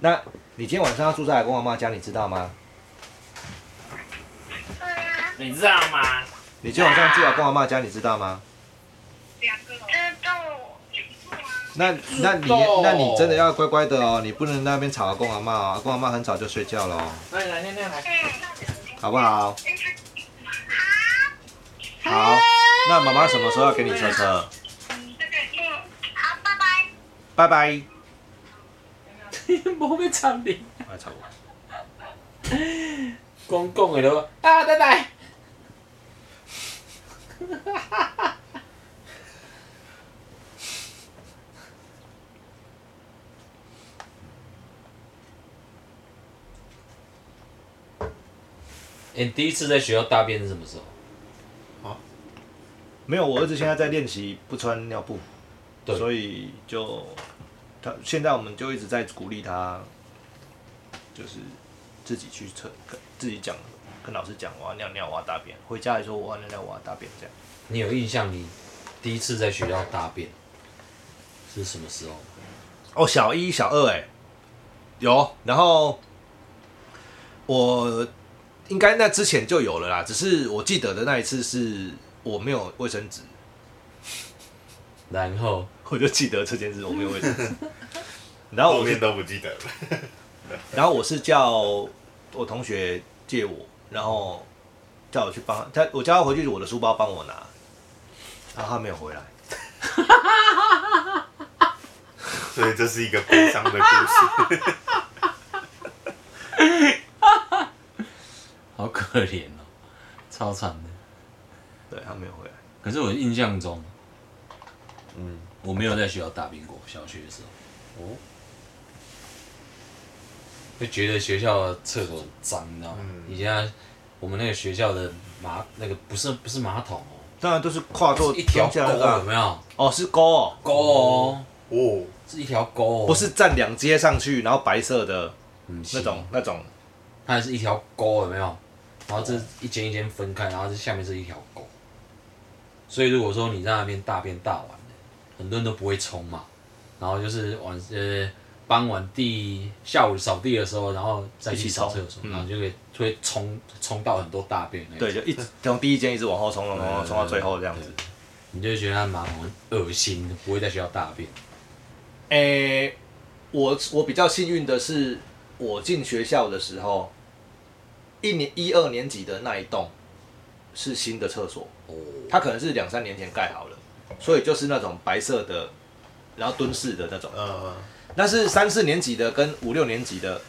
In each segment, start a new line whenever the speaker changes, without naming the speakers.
那你今天晚上要住在阿公阿妈家，你知道吗？
嗯，
你知道吗？
你今天晚上住阿公阿妈家，你知道吗？
知道。
那那你
知道
那你真的要乖乖的哦，你不能在那边吵阿公阿妈哦，阿公阿妈很早就睡觉了哦，
那你来念念来。
嗯，
好不好？
好。
好，那妈妈什么时候要给你车车？
嗯，好，拜拜。
拜拜。
无要参你，
我来吵我。
讲讲的咯。啊，拜 拜。
哎、你第一次在学校大便是什么时候？
没有，我儿子现在在练习不穿尿布，
对
所以就他现在我们就一直在鼓励他，就是自己去测，跟自己讲，跟老师讲我要尿尿，我要大便，回家也说我要尿尿，我要大便这样。
你有印象你第一次在学校大便是什么时候吗？
哦，小一、小二哎、有，然后我应该那之前就有了啦，只是我记得的那一次是我没有卫生纸，
然后
我就记得这件事我没有卫 生纸，然后
后
我是
面都不记得了。
然后我是叫我同学借我，然后叫我去帮他，他我叫他回去我的书包帮我拿，然后他没有回来。
所以这是一个悲伤的故事。
好可怜哦，超惨的。
对他没有回来，
可是我印象中，
嗯，
我没有在学校大便过，小学的时候。
哦，
就觉得学校的厕所很脏，你知道吗？
嗯
以前啊我们那个学校的马那个不是不是马桶哦，
当然都是跨座
一条
中
沟
间那个
有
啊
没有？
哦，是沟哦，
沟哦，
哦，
是一条沟哦，
不是站两阶上去，然后白色的
嗯
那种，那种，
它还是一条沟有没有？然后
哦
这一间一间分开，然后这下面是一条沟。所以如果说你在那边大便大完了，很多人都不会冲嘛，然后就是晚呃傍晚地下午扫地的时候，然后再
一
去
起
扫
扫
厕所，
嗯
然后就会就会冲冲到很多大便那种。
对，就一直从第一间一直往后冲，冲
嗯
冲冲到最后这样子。
你就会觉得那马桶很恶心，不会在学校大便。
诶、我我比较幸运的是，我进学校的时候，一年一二年级的那一栋是新的厕所，
哦，
它可能是两三年前盖好了，所以就是那种白色的，然后蹲式的那种。
呃，
但是三四年级的跟五六年级的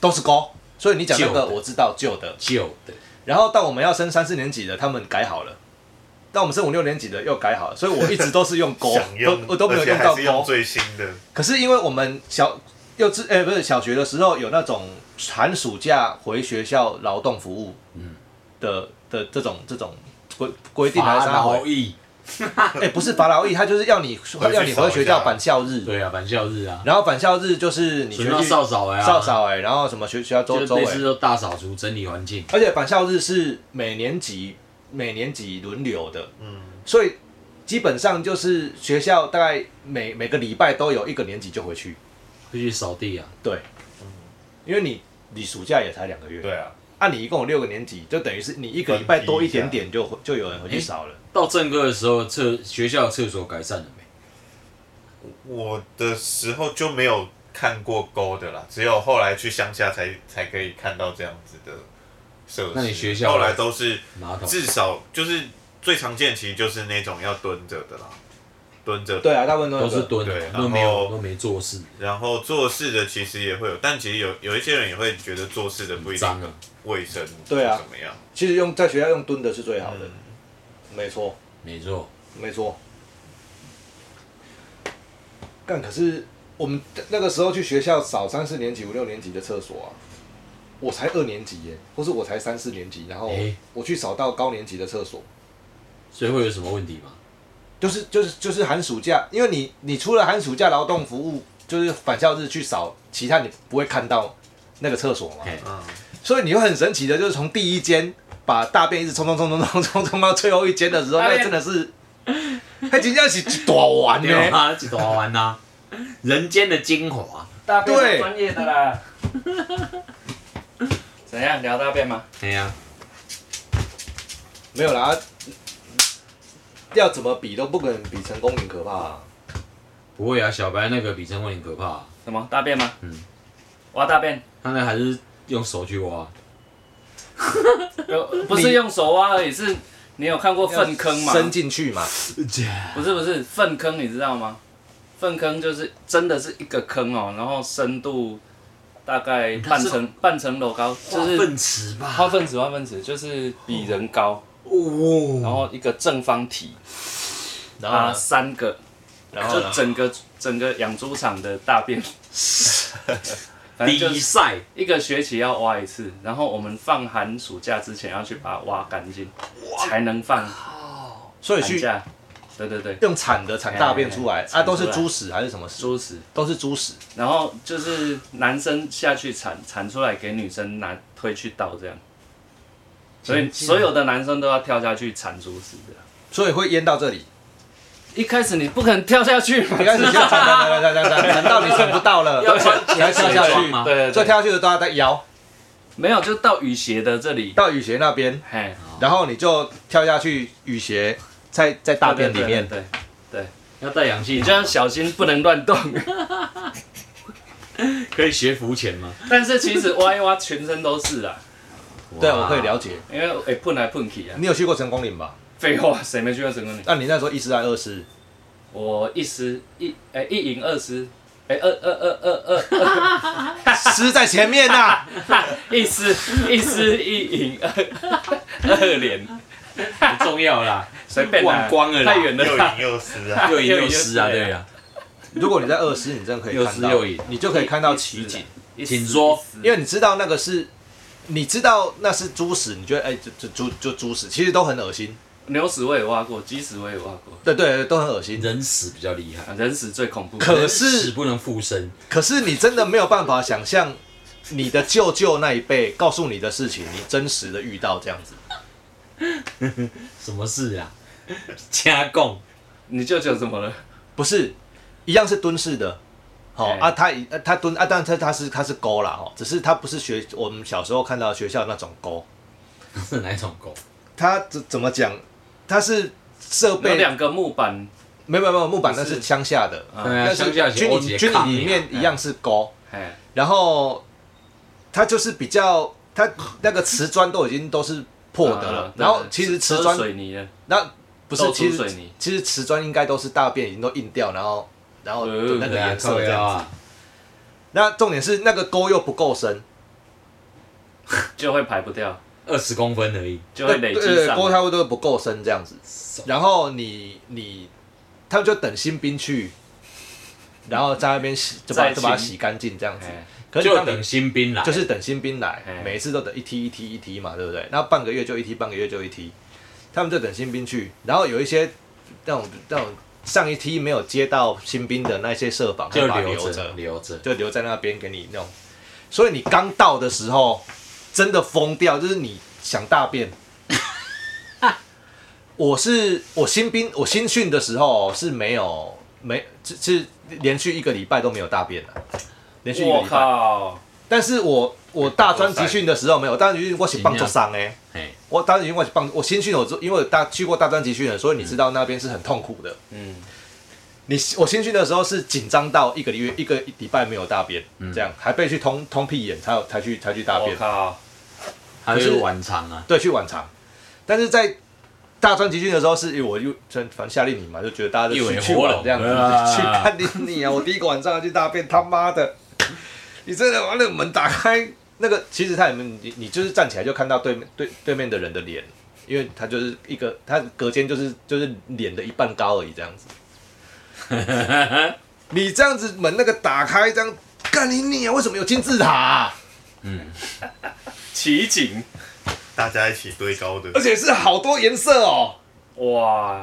都是高，所以你讲那
旧
个
的
我知道旧的。
旧的，
然后到我们要升三四年级的，他们改好了。到我们升五六年级的又改好了，所以我一直都是用勾，
想
都
用，
我都没有
而且
用到
还是用
勾。
最新的，
可是因为我们小幼稚，哎、不是小学的时候有那种寒暑假回学校劳动服务，的的这种这种规规定还是啥
劳
回？
役，
哎、不是罚劳役，他就是要你
回去
要你回学校返校日，
对啊，返校日啊，
然后返校日就是你
学
学
校
去
少少呀，
少少哎、然后什么学学校周
啊就
周
类
哎、
似说大扫除、整理环境。
而且返校日是每年级每年级轮流的，
嗯，
所以基本上就是学校大概每每个礼拜都有一个年级就回去，
会去扫地啊，
对，因为你你暑假也才两个月，
对啊，
啊，你一共有六个年级，就等于是你一个礼拜多一点点就回就有人回去扫了。
到正课的时候，厕学校的厕所改善了没？
我的时候就没有看过勾的啦，只有后来去乡下才才可以看到这样子的设施。
那你学校
后来都是
马桶
至少就是最常见，其实就是那种要蹲着的啦，蹲着。
对啊，大部分都
都
有
是
的
蹲
对
的，
然后
都没有都没做事，
然后做事的其实也会有，但其实有有一些人也会觉得做事的不一
脏
定
啊，
卫生，
对啊
怎么样？
其实用在学校用蹲的是最好的，
嗯
没错，
没错。
没错。但可是我们那个时候去学校扫三四年级、五六年级的厕所啊，我才二年级耶，或是我才三四年级，然后
诶
我去扫到高年级的厕所，
所以会有什么问题吗？
就是就是就是寒暑假，因为你你除了寒暑假劳动服务，就是返校日去扫，其他你不会看到那个厕所嘛。
嘿
嗯，
所以你会很神奇的，就是从第一间把大便一直冲冲冲冲冲冲冲到最后一间的时候，
哎
大
那
便
真的是，那真正是一大丸哦
对
呢。
啊，一大丸啊，人间的精华，
大便
对
是专业 的啦。怎样聊大便吗？
哎呀，
没有啦，啊要怎么比都不可能比成功岭可怕、啊。
不会啊，小白那个比陈冠霖可怕、啊，
什么大便吗？
嗯，
挖大 便，
他那还是用手去挖，
呃不是用手挖而已，是你有看过粪坑吗？
伸进去嘛，
不是不是粪坑，你知道吗？粪坑就是真的是一个坑哦，然后深度大概
嗯它
半
是
层半层楼高，就是
池吧
花分子花分子就是比人高，然
哦，
后一个正方体
然后
啊
呢，
三个，
然后
就
呢
整个整个养猪场的大 便，反正就
比
是
赛
一个学期要挖一次，然后我们放寒暑假之前要去把它挖干净，才能放
所以
寒
去
假。对对对，
用铲的铲大便出来
哎哎哎
啊，都是
铲出来
猪屎还是什么屎？
猪屎。
都是猪屎。
然后就是男生下去铲铲出来给女生拿推去倒这样，所以所有的男生都要跳下去铲猪屎的。
所以会淹到这里。
一开始你不肯跳下去嘛，
一开始就铲铲铲铲铲 铲，铲到你铲不到了，
啊要
才跳下去
水吗
对对
所以
对，
跳下去的都要在摇
没有就到雨鞋的这里，
到雨鞋那边，
嘿，
然后你就跳下去雨鞋，在在大便里面。
对，对对对
要带氧气
你，就要小心，不能乱动。
可以学浮潜吗？
但是其实挖一挖，全身都是啦，
对，
哇
我可以了解。
因为哎碰来碰去啊。
你有去过成功岭吧？
废话，谁没去过成功岭？
那你那时候一师还二师，
我一失一哎一赢二失，哎二二二二二 啊
师在前面啊呐。
一失一失一赢二二连，
不重要啦，
随便啦
忘光了啦
太远
又
了啦
赢。又失啊！
又赢又失啊，
又赢又失啊
对啊，
如果你在二师，你真的可以看到，
又湿又隐
你就可以看到奇景，
一失
请说，
一失
因为你知道那个是，你知道那是猪屎，你觉得哎，这这猪就猪屎，其实都很恶心。
牛屎我也挖过，鸡屎我也挖过，
对对，对都很恶心。
人死比较厉害，
啊人屎最恐怖。
可是
人死不能附身，
可是你真的没有办法想象你的舅舅那一辈告诉你的事情，你真实的遇到这样子。
什么事啊？加供
你舅舅怎么了？
不是，一样是蹲式的。好、
哎
啊，他一呃他蹲啊，但他他是他是勾啦哈，只是他不是学我们小时候看到学校那种勾，
是哪一种狗？
他怎怎么讲？他是设
有
备
两个木板，
没有没有没有木板，那
不是
是乡下的，
啊
对啊，
但
乡
是
下
军营军
啊
营里面一样是勾，
哎，
然后他就是比较他那个瓷砖都已经都是破的了，
啊
然后其实瓷砖
都是水泥的，
那不是
豆，
其
出水
实
泥，
其实瓷砖应该都是大便已经都硬掉，然后然后
呃
就那个
对啊，
颜色
靠
这样
腰
子。
啊，
那重点是那个沟又不够深，
就会排不掉，
二十公分而已，
就会累积上
沟
来。
差不多不够深这样子。然后你你他们就等新兵去，然后在那边洗，就把
再
就把它
清
洗干净这样子。
哎
可是
就
当
等
你
新兵来，
就是等新兵来
哎，
每一次都等一梯一梯一梯嘛，对不对？那半个月就一梯，半个月就一梯，他们就等新兵去。然后有一些那种那种上一梯没有接到新兵的那些社防，
就
他把它
留着
着，
留着，
就留在那边给你弄。所以你刚到的时候，真的疯掉，就是你想大 便。我是我新兵，我新训的时候是没有没是是连续一个礼拜都没有大便的，连续一个
我
礼拜。
靠，
但是我我大专集训的时候没有，大专集训我是棒球伤哎，
哎，
我大专集训我是棒，我新训我就因为我大去过大专集训的，所以你知道那边是很痛苦的。
嗯，
你我新训的时候是紧张到一个月一个礼拜没有大便，这样还被去通通屁眼才有才去才去大
我
便，
靠，
还
可是
有晚长啊，
对，去晚场。但是在大专集训的时候是，哎我又反正夏令营嘛，就觉得大家都
一
去
尾
去
活
玩
龙
这样子，
啊
去看你你啊！我第一个晚上要去大便，他妈的，你真的把那个门打开，那个其实他也没你你就是站起来就看到对面对对面的人的脸，因为他就是一个他隔间就是就是脸的一半高而已这样子。你这样子门那个打开这样，干你你啊！为什么有金字塔啊、
嗯，
奇景
大家一起堆高的
而，且是好多颜色哦。
哇，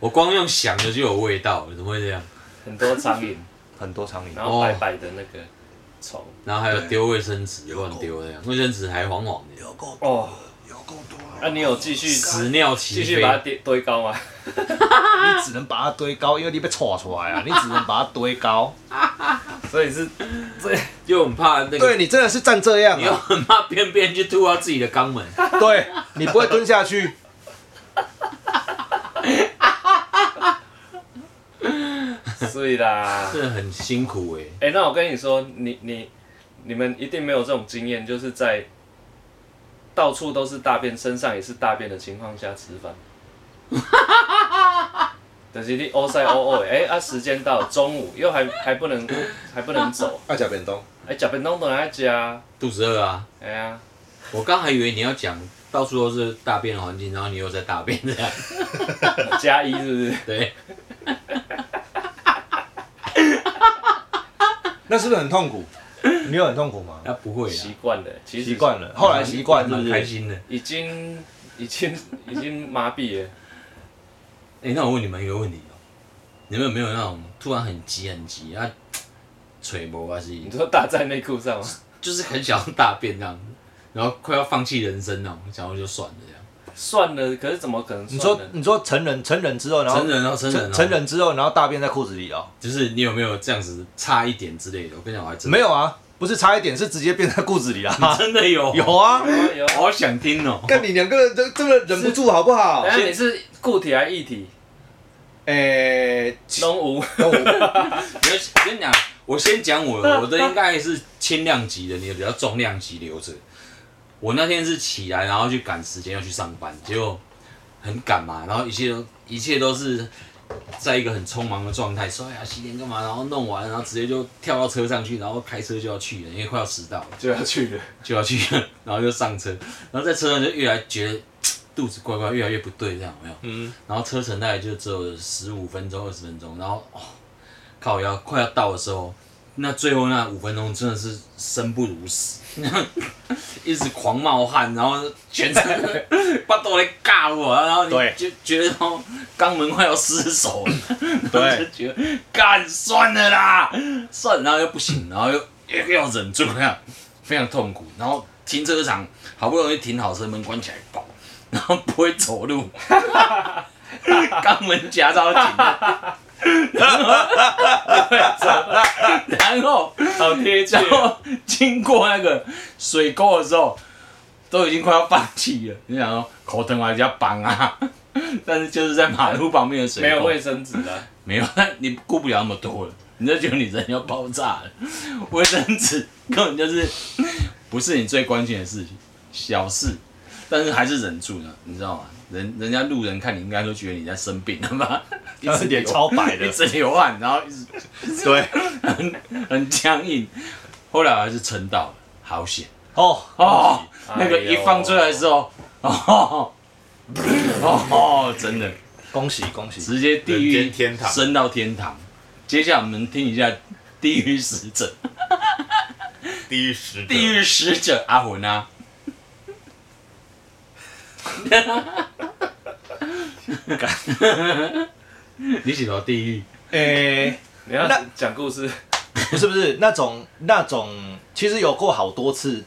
我光用想的就有味道，怎么会这样？
很多苍蝇，
很多苍蝇
然后白白的那个虫，
然后还有丢卫生纸乱丢这样，卫生纸还黄黄的，
哦有够
哦，
有够多啊
那、你有继续
屎尿
继
齐
续把它
飞，
堆堆高吗？
你只能把它堆高，因为你被戳出来啊，你只能把它堆高。
所以是
又很怕那 个，
对你真的是站这样
你又
啊？
很怕便便去吐到自己的肛门。
对你不会蹲下去，
所以 啦。
真的很辛苦哎、
哎、那我跟你说，你你你们一定没有这种经验，就是在到处都是大便，身上也是大便的情况下吃饭。 但是你欧塞欧欧，哎、啊，时间到了中午又还还不能还不能走，
爱甲便当。
哎、欸，食便当都来家，
肚子饿啊！
哎呀、
我刚还以为你要讲到处都是大便的环境，然后你又在大便这样。
加一是不是？
对，
那是不是很痛苦？你有很痛苦吗？
那不会
习
啊，
惯了，其实
习惯了，后来习惯是不
蛮开
是？
心的。
已经已经已经麻痹了。
哎、那我问你们一个问题哦、你们有没有那种突然很急很急啊，垂脖啊是，
你说打在内裤上吗？
就是很想要大便这样子，然后快要放弃人生那种，然后就算了这样。
算了，可是怎么可能
你
算
说
呢？
你说成人成人之后，然后
成人哦，成人哦，
成成人之后，然后大便在裤子里哦？
就是你有没有这样子差一点之类的？我跟你讲，我还真的
没有啊，不是差一点，是直接变在裤子 里啦。
真的有
有，啊，
哎呦
我好想听哦、
看你两个人真真的忍不住好不好
等一？下哎你是固体还是液体？
诶，
拢有。
那我
你要我跟你讲，我先讲我的，我的应该是轻量级的，你的比较重量级留着。我那天是起来，然后去赶时间要去上班，结果很赶嘛，然后一切都一切都是在一个很匆忙的状态，哎刷牙、洗脸干嘛，然后弄完，然后直接就跳到车上去，然后开车就要去了，因为快要迟到了，
就要去了。
就要去 了，然后就上车，然后在车上就越来觉得肚子怪怪，越来越不对，这样有没有？
嗯，
然后车程大概就只有十五分钟、二十分钟，然后哦，靠要快要到的时候，那最后那五分钟真的是生不如死， 一直狂冒汗，然后全程 把都来尬我，然后你
对
就觉得哦，肛门快要失手了，然后就
对，
觉得干算了啦，算了，然后又不行，然后又又要忍住那样，非常痛苦。然后停车场好不容易停好车，门关起来，爆，然后不会走路， 肛门夹到紧的，然后
好贴啊
然后经过那个水沟的时候，都已经快要放弃了。你想说口疼还比较绑啊，但是就是在马路旁边的水沟，
没有卫生纸 啊，
没有，你顾不了那么多了，你就觉得你人要爆炸了。卫生纸根本就是不是你最关心的事情，小事，但是还是忍住了，你知道吗？人人家路人看你，应该都觉得你在生病了 吧？一直
脸
流
超白的
一，直流汗，然后一直
对，
很僵硬。后来我还是撑到了，好险
哦，
哦！
哎
那
呦
个一放出来之后，哦，哦，真的。
恭喜恭喜！
直接地
人
狱
间天堂
升到天堂。接下来我们听一下地狱使 者，
地狱使者，
地狱使者阿 魂啊，你喜欢地狱？
诶，
你要
那
讲故事，
不是不是那种那种，其实有过好多次，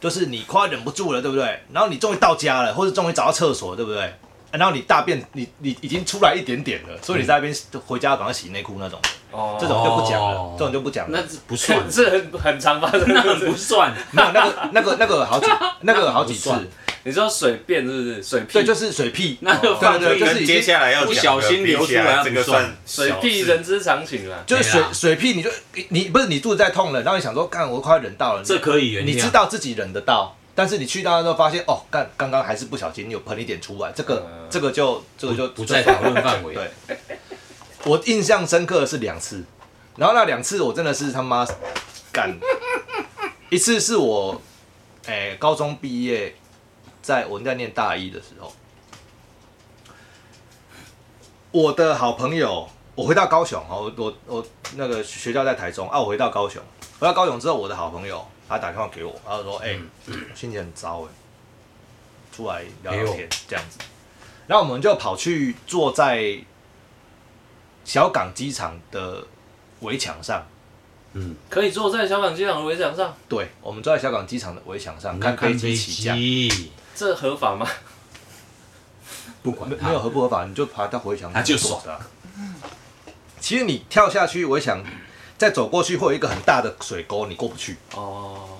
就是你快要忍不住了，对不对？然后你终于到家了，或者终于找到厕所，对不对？啊然后你大便，你你已经出来一点点了，所以你在那边回家赶快洗内裤那种，
哦，
这种就不讲
哦
了，这种哦就不讲了
那。是不算
这，这很很常发生
那
的
很
故
不
事。
算。
没有那个那个那个 好几那个好几
那
次
不算，
你说水便是不是水屁？
对，就是水屁，
那就放着
对就是
跟接下来要讲的
不小心流出来
比起来
那不
这个算
水
小
屁
事
人之常情啦。
就是水
对啊
水屁，你就你不是你肚子在痛了，然后你想说，干我快要忍到了，
这可以原谅。
你知道自己忍得到，但是你去到那时候发现，哦，干刚刚还是不小心有喷一点出来，这个、
嗯
这个就这
不
个就
呃不
就
在讨论范围。
对，我印象深刻的是两次，然后那两次我真的是他妈干，一次是我哎、高中毕业，在我在念大一的时候，我的好朋友，我回到高雄哦，我我我那个学校在台中啊，我回到高雄，回到高雄之后，我的好朋友他打电话给我，他说：“哎、心情很糟哎，出来聊聊
哎呦
天这样子。”然后我们就跑去坐在小港机场的围墙上，
嗯，
可以坐在小港机场的围墙上，
对，我们坐在小港机场的围墙上啊
看
看
看
飞
飞
机起降。
机，
这合法吗？
不管
没
它
没有合不合法，你就爬到围墙，
他就爽
的啊。其实你跳下去围墙，再走过去会有一个很大的水沟，你过不去。
哦，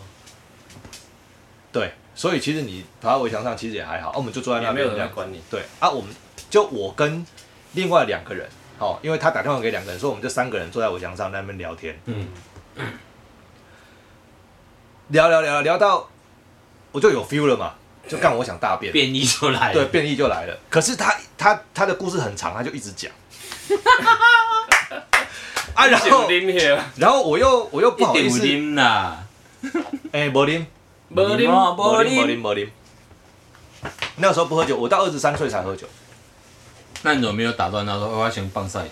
对，所以其实你爬到围墙上其实也还好，啊我们就坐在那
也没
边
有人
这
来
样。
管你。
对啊，我们就我跟另外两个人，哦，因为他打电话给两个人，所以我们就三个人坐在围墙上在那边聊天，
嗯，
聊聊聊聊到我就有 feel 了嘛，就干我想大便，
变异就来了。
对，变异就来了。可是他他他的故事很长，他就一直 讲。啊，然后
九零年，
然后我又我又不
一
好意
点五
思，
零啦，
哎，柏林
柏林
啊柏
柏林
林
柏林柏林，那时候不喝酒，我到二十三岁才喝酒，
那你怎么没有打断他说哦我要先棒赛？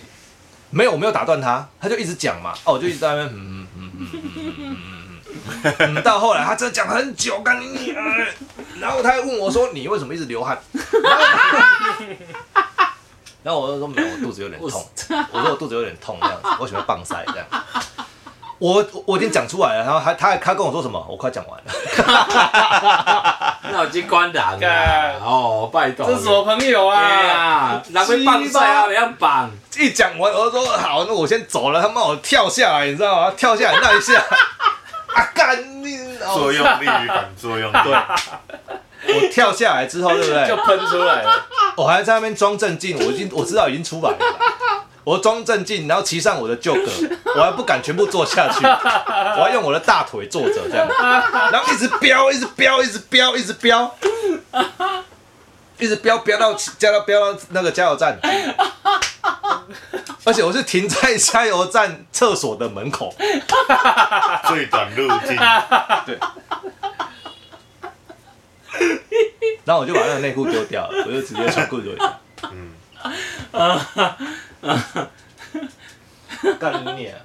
没有我没有打断他，他就一直讲嘛，哦，我就一直在那边嗯嗯嗯嗯嗯嗯嗯嗯，嗯，到后来他真的讲很久，干你娘的，然后他还问我说你为什么一直流汗，然后我就说没有，我肚子有点痛，我说我肚子有点痛这样子，我喜欢棒塞这样。我我已经讲出来了，然后他他他跟我说什么？我快讲完了。
那我去关档啊
干！
哦，拜托。
这是我朋友
哎
啊，
呀，哪会棒赛啊？不要绑，
一讲完，我就说好，那我先走了。他骂我跳下来，你知道吗？跳下来那一下，啊干你！
作
哦，
用力与反作用力，对，
我跳下来之后，对不 对？
就喷出来了。
我哦还在那边装镇静，我已经我知道已经出来了啦。我装镇静，然后骑上我的旧哥，我还不敢全部坐下去，我还用我的大腿坐着这样，然后一直飙，一直飙，一直飙，一直飙，一直飙飙到加到飙到那个加油站，而且我是停在加油站厕所的门口。
最短路径，
然后我就把那个内裤丢掉了，我就直接穿裤子回家。
嗯，
干你、啊！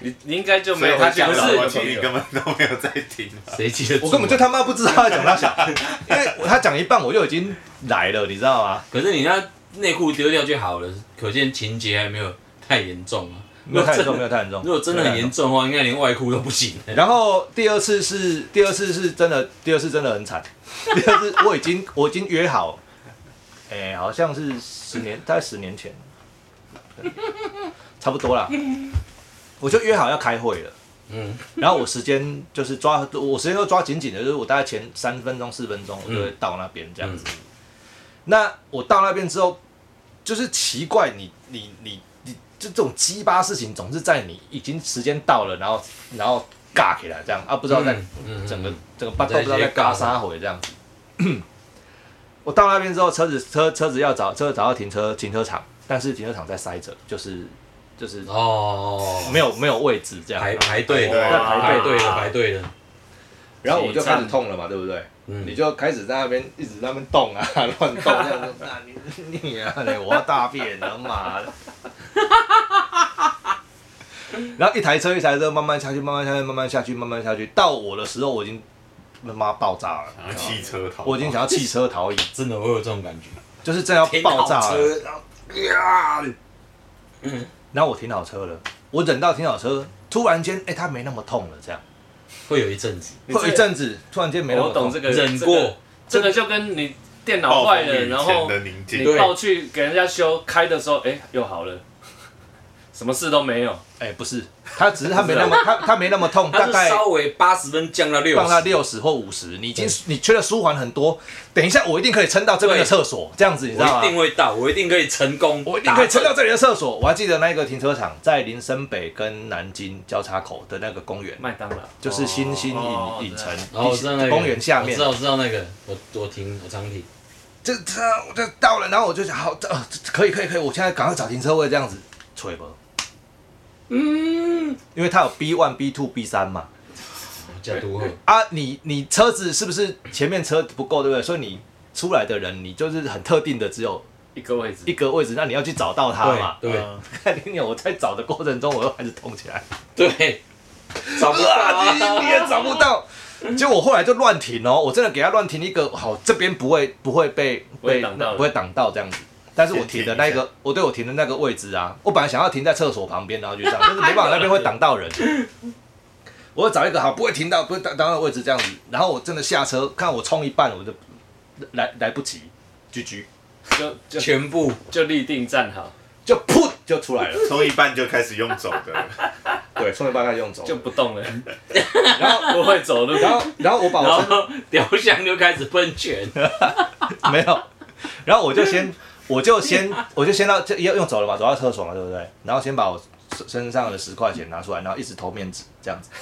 你你应该就
所
没
以
有
他
讲
讲
是
老婆
你的
其
朋
实
友
根本都没有在听 啊，
谁记得住啊？
我根本就他妈不知道他在讲他小， 因为他讲一半我就已经来了，你知道吗？
可是你那内裤丢掉就好了，可见情节还没有太严重啊。
没有太严重，没有太严重。
如果真的很严重的话，应该连外裤都不行。
然后第二次是第二次是真的，第二次真的很惨。 第二次我已经我已经约好，哎、好像是十年，大概十年前，差不多啦。我就约好要开会了，
嗯，
然后我时间就是抓，我时间都抓紧紧的，就是我大概前三分钟四分钟我就会到那边这样
嗯
子。那我到那边之后，就是奇怪你，你你你就这种鸡巴事情，总是在你已经时间到了，然后然后尬起来这样啊，不知道在、
嗯
整个
嗯
整个巴都不知道在嘎啥回这样子。 我到那边之后，车子车车子要找车子找到停车停车场，但是停车场在塞着，就是就是
哦，
没有没有位置这样。
排排队
对
了，
排
排
队
队了，排队了。
然后我就开始痛了嘛，对不对？
嗯
你就开始在那边一直在那边动 啊，乱动这样子，啊你你 啊嘞，我要大便了，妈 的！然后一台车一台车慢慢下去，慢慢下去，慢慢下去，慢慢下去，到我的时候我已经他妈爆炸了，
然后汽车啊逃跑，
啊我已经想要弃车逃逸，
真的，我有这种感觉。
就是正要爆炸
好
了。
车，然后呀，
然后我停好车了，我忍到停好车，突然间，哎、它没那么痛了，这样，
会有一阵子
你这
过一阵子突然间没那
我
么痛，
懂这个
忍
这个
过，
这个就跟你电脑
暴
坏
风
了，
雨
然后
前的宁
你
静，
抱去给人家修，开的时候，哎、又好了，什么事都没有。
哎、不是，它只是它没那么， 它它没那么痛，
它
大
是
概
稍微八十分降到六
放
十
它，六十或五十，你已经你缺的舒缓很多，等一下我一定可以撑到这边的厕所，这样子你知
我
道
一定
吗？
会到，我一定可以成功，
我一定可以撑到这里的厕所。我还记得那个停车场在林森北跟南京交叉口的那个公园，
麦当劳
就是新兴
哦
影影城
然后我知道那个
公园下面
我知，道我知道那个，我我停我常停，
这这我就到了，然后我就想好，这呃这可以可以可以，我现在赶快找停车位这样子，吹吧。嗯，因为它有 B one、B two、B 三嘛，
我叫都会，
啊，你你车子是不是前面车不够，对不对？所以你出来的人，你就是很特定的，只有
一个位置
一，个位置，那你要去找到它嘛。
对对
嗯
看 你我在找的过程中，我又还是痛起来，
对，找不到
啊，你你也
啊，
找不到。结果我后来就乱停哦，我真的给他乱停一个，好，这边不会不会被
不会
被
挡到
不会挡到这样子。但是我停的那
先停一
个，我对我停的那个位置啊，我本来想要停在厕所旁边，然后就这样，但是没办法，那边会挡到人。我找一个好不会停到不会挡挡到的位置这样子，然后我真的下车，看我冲一半，我就来来不及，GG。哦
就就
全部
就立定站好，
就噗就出 来了，
从一半就开始用走的了，
对，从一半开始用走，
就不动了，
然后
不会走路，
然后然后我把我
然
身
后雕像就开始 喷泉，
没有，然后我就先，我就先，我就先到这要用走了嘛，走到厕所嘛，对不对？然后先把我身身上的十块钱拿出来，然后一直投面纸这样子，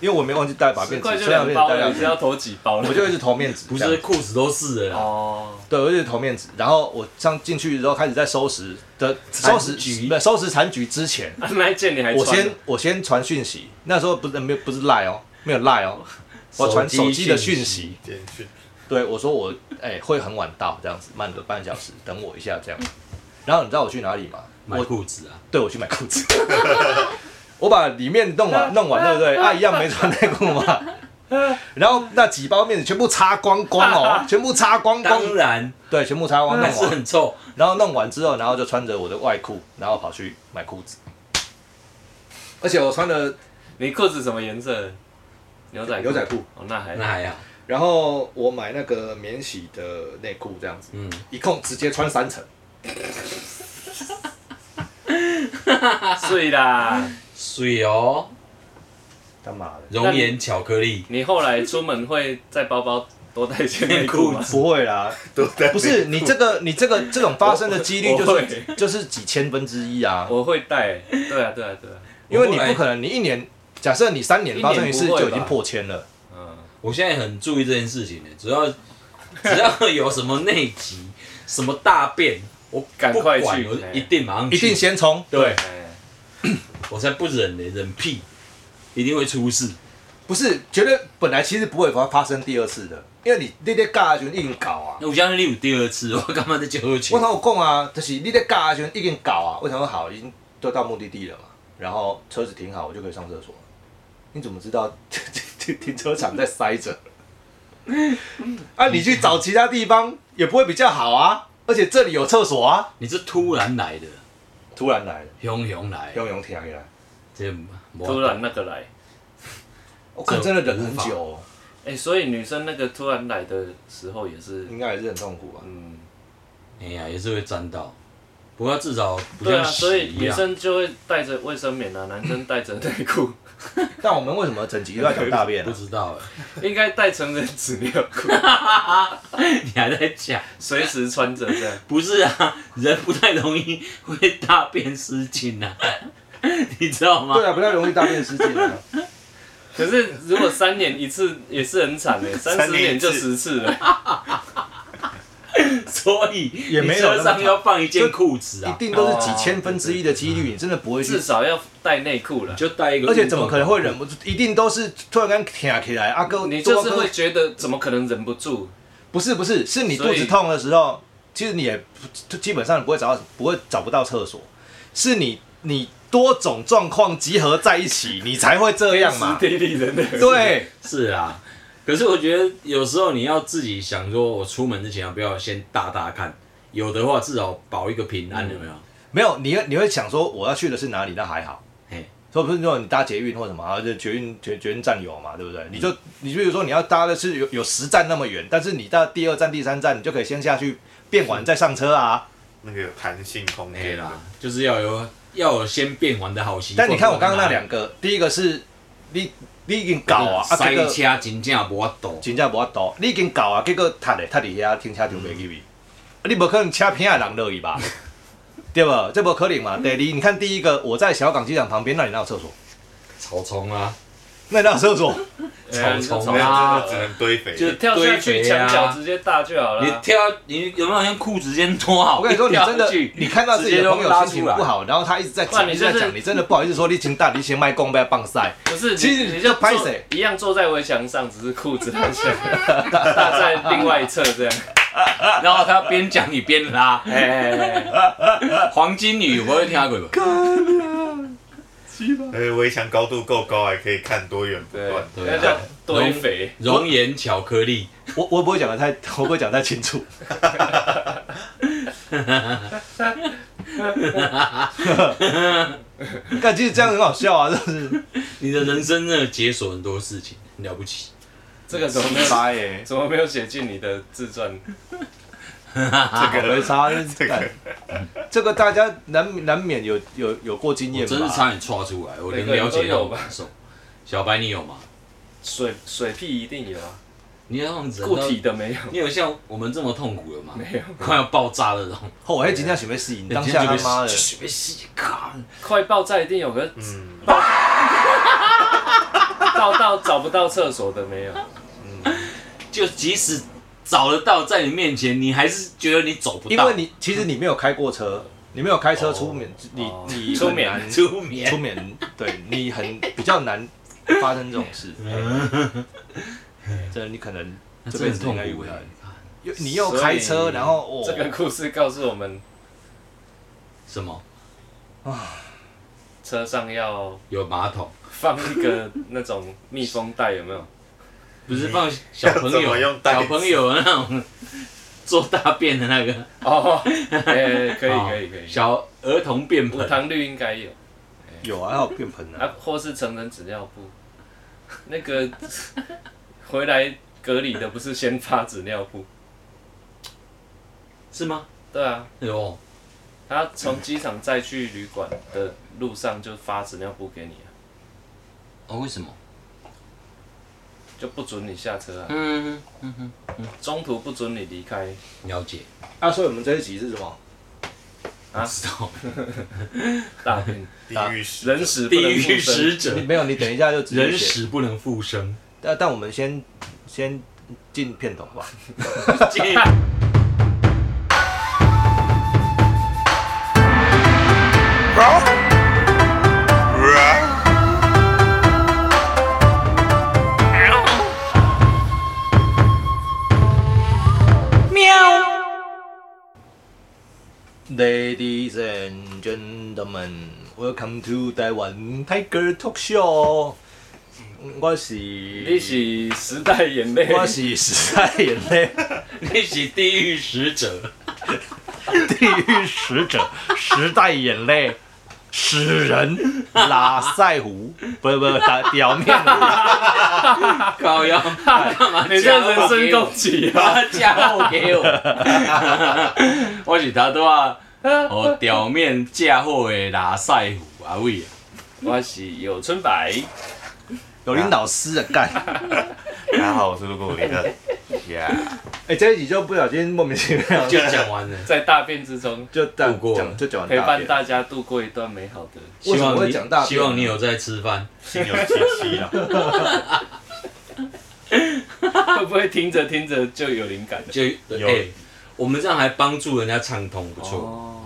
因为我没忘记带把
十
面
块
纸，
就
身上
两
面
包
纸带
了，
上
你是要
去，
投几包了？
我就一直投面纸，
不
这
是
样
裤子都是了啦，
哦，
对，我一直投面纸。然后我上进去之后开始在收拾的收拾
残局
不是收拾残局之前，
啊那一件你还
我
穿
先我先传讯息，那时候不是没有不是赖哦，没有赖哦，我
手
传
机
手机的
讯
讯
息
息，
点去
对，我说我哎、会很晚到这样子，慢个半小时，等我一下这样。然后你知道我去哪里吗？
买
我
裤子啊，
对我去买裤子， 我把里面弄完弄完，对不对？啊，一样没穿内裤嘛。然后那几包面子全部擦光光哦，全部擦光光，
当然
对，全部擦光
还
弄
是
完。
很臭，
然后弄完之后，然后就穿着我的外裤，然后跑去买裤子。而且我穿的
你裤子什么颜色？牛仔
牛仔裤，
哦，那还
那还好，
然后我买那个免洗的内裤，这样子，
嗯，
一共直接穿三层。
睡啦。
水哦，
他妈的！
熔岩巧克力，
你后来出门会在包包多带一件内裤
裤
吗？
不会啦，
都在
不是你这 个你这个这种发生的几率
我我
就是
会
就是几千分之一啊，
我会带，对啊，对啊，对啊，
因为你
我后来
不可能你一年，假设你三年发生一次
一年不会
就
吧
已经破千了，
嗯，
我现在很注意这件事情的，只 要只要有什么内急、什么大便，我
赶
不
快
管
去
我
哎
一定马上去，
一定先冲。
对，
哎，
我才不忍呢，忍屁，一定会出事。
不是，绝对本来其实不会发发生第二次的，因为你你在尬的时候已经搞啊。
我相信你有第二次，我 干嘛在酒后去
我？同我讲啊，就是你在尬的时候已经搞啊，我想说好，已经都到目的地了嘛，然后车子停好，我就可以上厕所了。你怎么知道 停车场在塞 着？啊，你去找其他地方也不会比较好啊，而且这里有厕所啊。
你是突然来的，
突然来了，
汹涌来，
游泳停起来，
这
突然那个来，
我看哦真的忍很久哦，
哎，所以女生那个突然来的时候也是，
应该也是很痛苦吧？
嗯，
哎呀也是会沾到，不过至少不
对啊，
像屎
所以
一
女
样。
生就会带着卫生棉啊，男生带着内裤，
但我们为什么整集都在讲大便
不
啊？
知道哎，
应该带成人纸尿裤，
你还在讲？
随时穿着这样。
欸不是啊，人不太容易会大便失禁啊， 你知道吗？
对啊，不太容易大便失 禁啊。
可是如果三年一次也是很惨的，三十
三年
年
一
就
次
十次了。
所以
也没有
你车上要放一件裤子
一
啊，
定都是几千分之一的几率，你真的不会去
至少要带内裤了。
就带一个，
而且怎么可能会？忍不住？一定都是突然间挺起来，阿啊哥，
你就是
做
会
到
觉得怎么可能忍不住？
不是不是，是你肚
所以
子痛的时候，其实你也不基本上你不会找到，不会找不到厕所，是你你多种状况集合在一 起，你才会这样嘛。
地利人和。
对，
是啊，可是我觉得有时候你要自己想说，我出门之前要不要先大大看，有的话至少保一个平安，
嗯
有没有？
没有你会你会想说我要去的是哪里，那还好。
嘿，
说不是说你搭捷运或什么，啊，就捷运捷捷运站有嘛，对不对？你就你比如说你要搭的是有有十站那么远，但是你到第二站、第三站，你就可以先下去变完再上车啊。
那个有弹性空
哎
没
间
啦
的，，
就是要有要有先变完的好习惯。
但你看我刚刚那
个
两个，第一个是你你已经搞啊，啊
塞
这个
车真正无法度，
真正无法度，你已经搞啊，结果塌嘞，塌伫遐停车场袂入去，啊你无可能车偏的人落去吧？对不？这不可能嘛。第二，你看第一个，我在小港机场旁边，那里哪有厕所？
草丛啊，
那里哪有厕所？
哎，
草丛
没有
啊
真的只能堆肥。
就跳下去
堆肥啊
墙角直接大就好
你
了。
跳，你有没有先裤子先脱好？
我跟你说，你
一跳
真的
下去，
你看到自己的朋友心情不好，然后他一直在
不然
讲，
你
一直
就是
在讲，你真的不好意思说你请大，你请卖公被棒晒，
不是，
其实
你你
你
就
就拍
坐
谁
一样坐在围墙上，只是裤子拉下 来，搭在另外一侧这样。
然后他边讲你边拉。
哎哎哎，哎
黄金女，我有听过吧？
而且哎围墙高度够高，还可以看多远不
对
断。，
对啊
那叫堆肥。
熔岩巧克力，
我我不会讲的太， 我不会讲得太清楚。 但其实这样很好笑啊，就是
你的人生真的解锁很多事情，很了不起。
这个怎么没有？
耶！
怎么没有写进你的自传？
这个没差，这个这个大家难难免有有有过经
我
验吧？
真是差点岔出来，我能了解那种感受。小白，你有吗？
水水屁一定有啊，
你那种人
固
到
体的没有，
你有像我们这么痛苦的吗？
没有，
快要爆炸的那种。
哦，我还今天准备试你当下他妈的，
就被吸干，
快爆炸一定有，可是
嗯，
到到找不到厕所的没有，
就即使找得到在你面前，你还是觉得你走不
因
到
为，你其实你没有开过车，你没有开车出免，你
哦
你
出
很
免
难
出
出
眠。
免，对你很比较难发生这种事。真的，你可能这辈
真的很
子应
痛
该遇
苦
不到
哎。。
又你又开车，
所以
然后哦，
这个故事告诉我们，
什么？
车上要
有马桶？
放一个那种密封袋，有没有？
不是放小朋
要怎么
友
用袋子
小朋友的那种做大便的那个，哦
哦，哎，可以可以可以，
小儿童便
无
盆。
糖绿应该有
有啊，还有便盆啊
啊，，或是成人纸尿布，那个回来隔离的不是先发纸尿布？
是吗？哎
对啊，
有
他从机场再去旅馆的路上就发纸尿布给你、啊，
哦？为什么？
就不准你下车啊，
嗯嗯哼，
中途不准你离开。
了解。
啊，所以我们这一集是什么？
啊
知道。
大便，
地狱使
人屎不
地
能复
狱
生
使
你
者，
没有，你等一下就直接
人
写。
死不能复 生。
但但我们先先进片头吧。Ladies and gentlemen, welcome to Taiwan Tiger Talk Show。我是
你是时代眼泪，
我是时代眼泪
那是地狱使者，
地狱使者，时代眼泪，使人拉塞胡，不是不是打表面的，
高腰干嘛？
你这样人身攻击啊！
他嫁祸给我，我 是他都啊，哦，表面嫁祸的拉塞虎阿伟啊，
我是有春白，
有领导师啊干。
大家好，我是陆谷林 的，Yeah，
哎、这一集就不小心莫名其妙
就
就
讲完了。
在大便之中
就大
度过了
讲就讲完
陪伴
大
大家度过一段美好的。
便，为什
希
么
望
会
你
讲大便呢？
希望你有在吃饭。
心有戚戚啊，
会不会听着听着就有灵感了？
就
有
哎、我们这样还帮助人家畅通，不错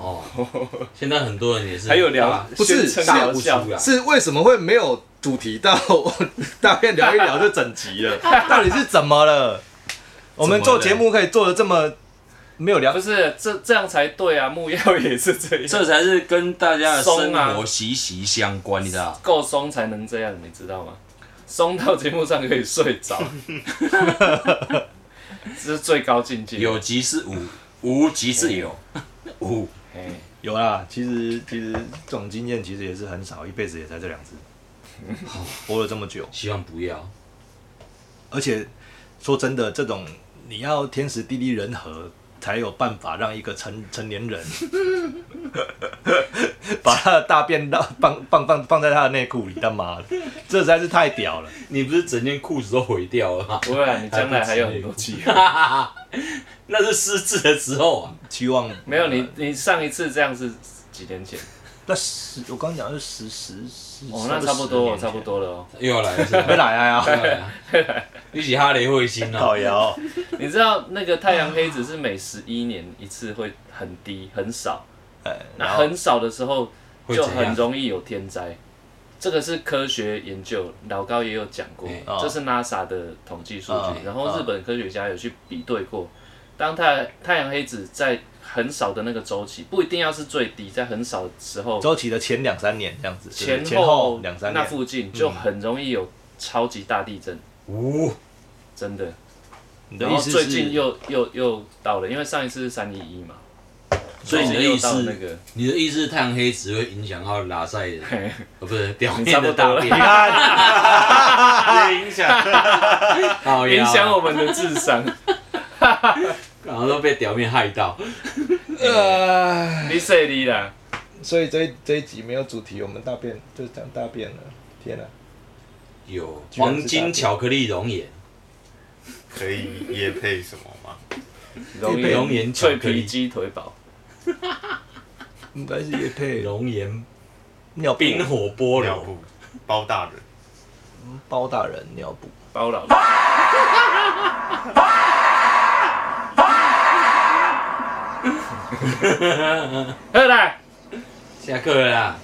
哦
哦
现在很多人也是，
还有聊，
啊不是
宣称
大
疗
不
效
出，来
是为什么会没有主题到 大便聊一聊就整集了？ 到底是怎么了？我们做节目可以做的这么没有聊
不，是这这样才对啊！木曜也是这样，
这才是跟大家的生
松啊
活息息相关，你知道？
够松才能这样，你知道吗？松到节目上可以睡着， 这是最高境界。
有即是无，无即是有，无
哎，
有啦。其实其实这种经验其实也是很少，一辈子也才这两 次，活了这么久，
希望不要。
而且说真的，这种你要天时地利人和。才有办法让一个成成年人把他的大便到放放放放在他的内裤里，他妈的，这实在是太屌了！
你不是整件裤子都毁掉了吗？
不会啊，你将来还有很多机会。
那是失智的时候啊，
期望
没有你，你上一次这样是几年前？
那十，我刚刚讲的是十十十，
哦，那差不多，差不。多了哦。
又要来了是吧
没来啊，
又来了，一起哈雷彗星啊！
烤窑，
你知道那个太阳黑子是每十一年一次会很低很少，
哎，
那
然后
很少的时候
会
就
怎
很
样？
容易有天灾。这个是科学研究，老高也有讲过
哎，
哦
这是 NASA 的统计数
哦
据。然后
哦
日本科学家有去比对过，当太太阳黑子在很少的那个周期，不一定要是最低，在很少的时候，
周期的前两三年这样子，
前
前后两三
那
年，嗯
附近就很容易有超级大地震，
无
真的。
你的
然
意
后
思
最近
是？
又又又到了，因为上一次是三一一嘛，
所以你的
最近又
意思
到那个
你的意思是太阳黑只会影响到拉塞的，
嘿
呃，不是表
差
面
不
的
多
大
了
便，
也影响，
好呀
影响我们的智商。
然后都被表面害到。
呃，
你说你啦，
所以这一这一集没有主题，我们大便就讲大便了。天哪、
有
居然是
黄金巧克力熔岩，
可以夜配什么吗？
熔
被熔岩巧
脆
克力
皮鸡腿堡，
应该是也配
熔岩
尿布
冰火菠
尿
萝，
布包大人，
包大人尿布，
包老好啦，
下课了啦。